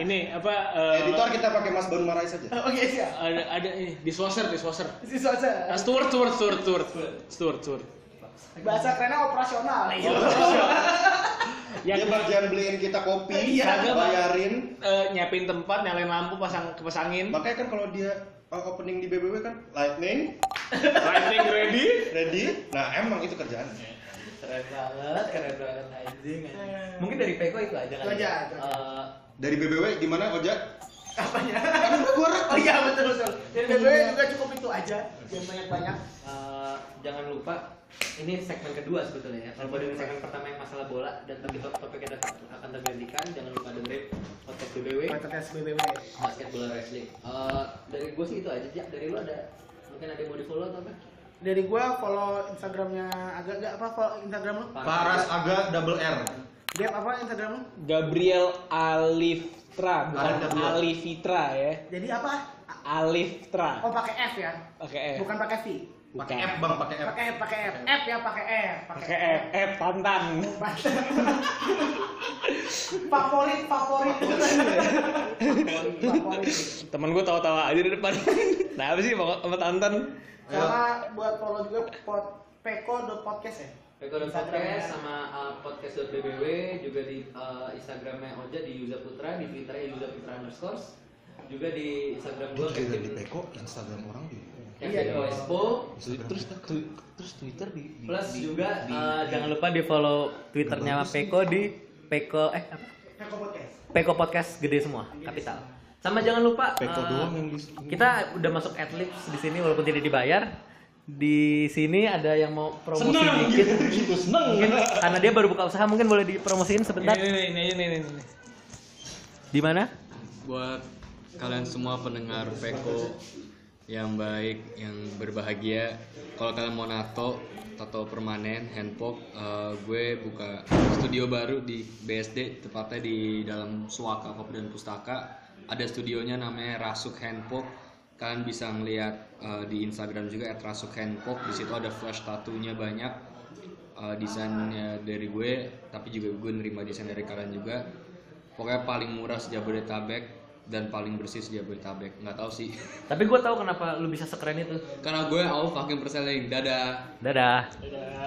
E: Ini apa? eh,
D: Editor kita pakai Mas Ban Marais saja.
C: Oke siap.
E: Ada ada ini dishwasher dishwasher.
C: Si Sosa.
E: Ah, Steward steward steward steward steward steward.
C: Bahasa kerennya operasional. Iya.
E: Yang Ya,
D: Dia bagian beliin kita kopi,
E: Iya.
D: bayarin.
E: eh, nyiapin tempat, nyalain lampu, pasang kipas angin.
D: Makanya kan kalau dia uh, opening di BBW kan lightning,
E: Lighting ready.
D: ready. Nah, emang itu kerjaan.
A: Keren banget, keren banget anjing. Mungkin dari Peko itu aja
C: Iya. Itu aja, itu aja.
A: Eh,
D: Dari BBW gimana Oja?
C: Apanya? Oh iya betul betul. Dan gue juga cukup itu aja. Jangan banyak banyak.
A: Eh, jangan lupa ini segmen kedua sebetulnya ya. Kalau dengerin segmen pertama yang masalah bola dan topik topik yang akan tergantikan, jangan lupa dengerin podcast BBW
C: Podcast BBW.
A: basket bola wrestling. Eh, dari gue sih itu aja Jack. Dari lu ada mungkin ada yang mau di follow atau apa?
C: Dari gue follow Instagramnya agak nggak apa follow Instagram lu?
D: Paras Aga double R.
C: Dep apa Instagram lu?
E: Gabriel Aliftra, bukan
D: Ada dua.
E: Alifitra ya.
C: Jadi apa?
E: Aliftra.
C: Oh pakai F ya?
E: Pakai E.
C: Bukan pakai V.
D: Pakai app bang, pakai app.
C: pakai pakai app app ya pakai app
B: Pakai
E: E.
B: app, app tantang.
C: favorit favorit favorit
B: Temen gue tawa-tawa aja di depan. nah, apa sih sama sama tantan?
C: sama buat follow juga pod peko.podcast ya
A: Record
C: Instagramnya.
A: podcast sama uh, podcast.bbw juga di uh, Instagramnya Oja di Yuza Putra di Twitternya Yuza Putra underscore juga di Instagram gue
D: Itu juga di Peko, Instagram orang di
A: Kevin
C: Iya.
A: Oespo
D: Instagram.
F: terus Twitter di,
A: plus juga uh, jangan lupa di follow Twitternya Peko di Peko eh apa?
C: peko podcast
A: Peko podcast gede semua kapital sama jangan lupa
D: Peko
A: uh,
D: doang yang di
A: kita udah masuk adlibs di sini walaupun tidak dibayar di sini ada yang mau promosi dikit Mungkin karena dia baru buka usaha mungkin boleh dipromosiin sebentar
B: Ini, ini, ini, ini.
A: di mana
K: buat kalian semua pendengar Peko yang baik, yang berbahagia. Kalau kalian mau nato, tato permanen, handpok, eh, gue buka studio baru di BSD, tepatnya di dalam Suaka Kopdan Pustaka. Ada studionya namanya Rasuk Handpok. Kalian bisa ngeliat eh, di Instagram juga @rasukhandpok. Di situ ada flash tatunya banyak. Eh, desainnya dari gue, tapi juga gue nerima desain dari kalian juga. Pokoknya paling murah sejabodetabek dan paling bersih sejabodetabek. Nggak tahu sih.
A: tapi gue tahu kenapa lu bisa sekeren itu
K: Karena gue all fucking perseling. Dadah.
A: dadah
C: Dadah.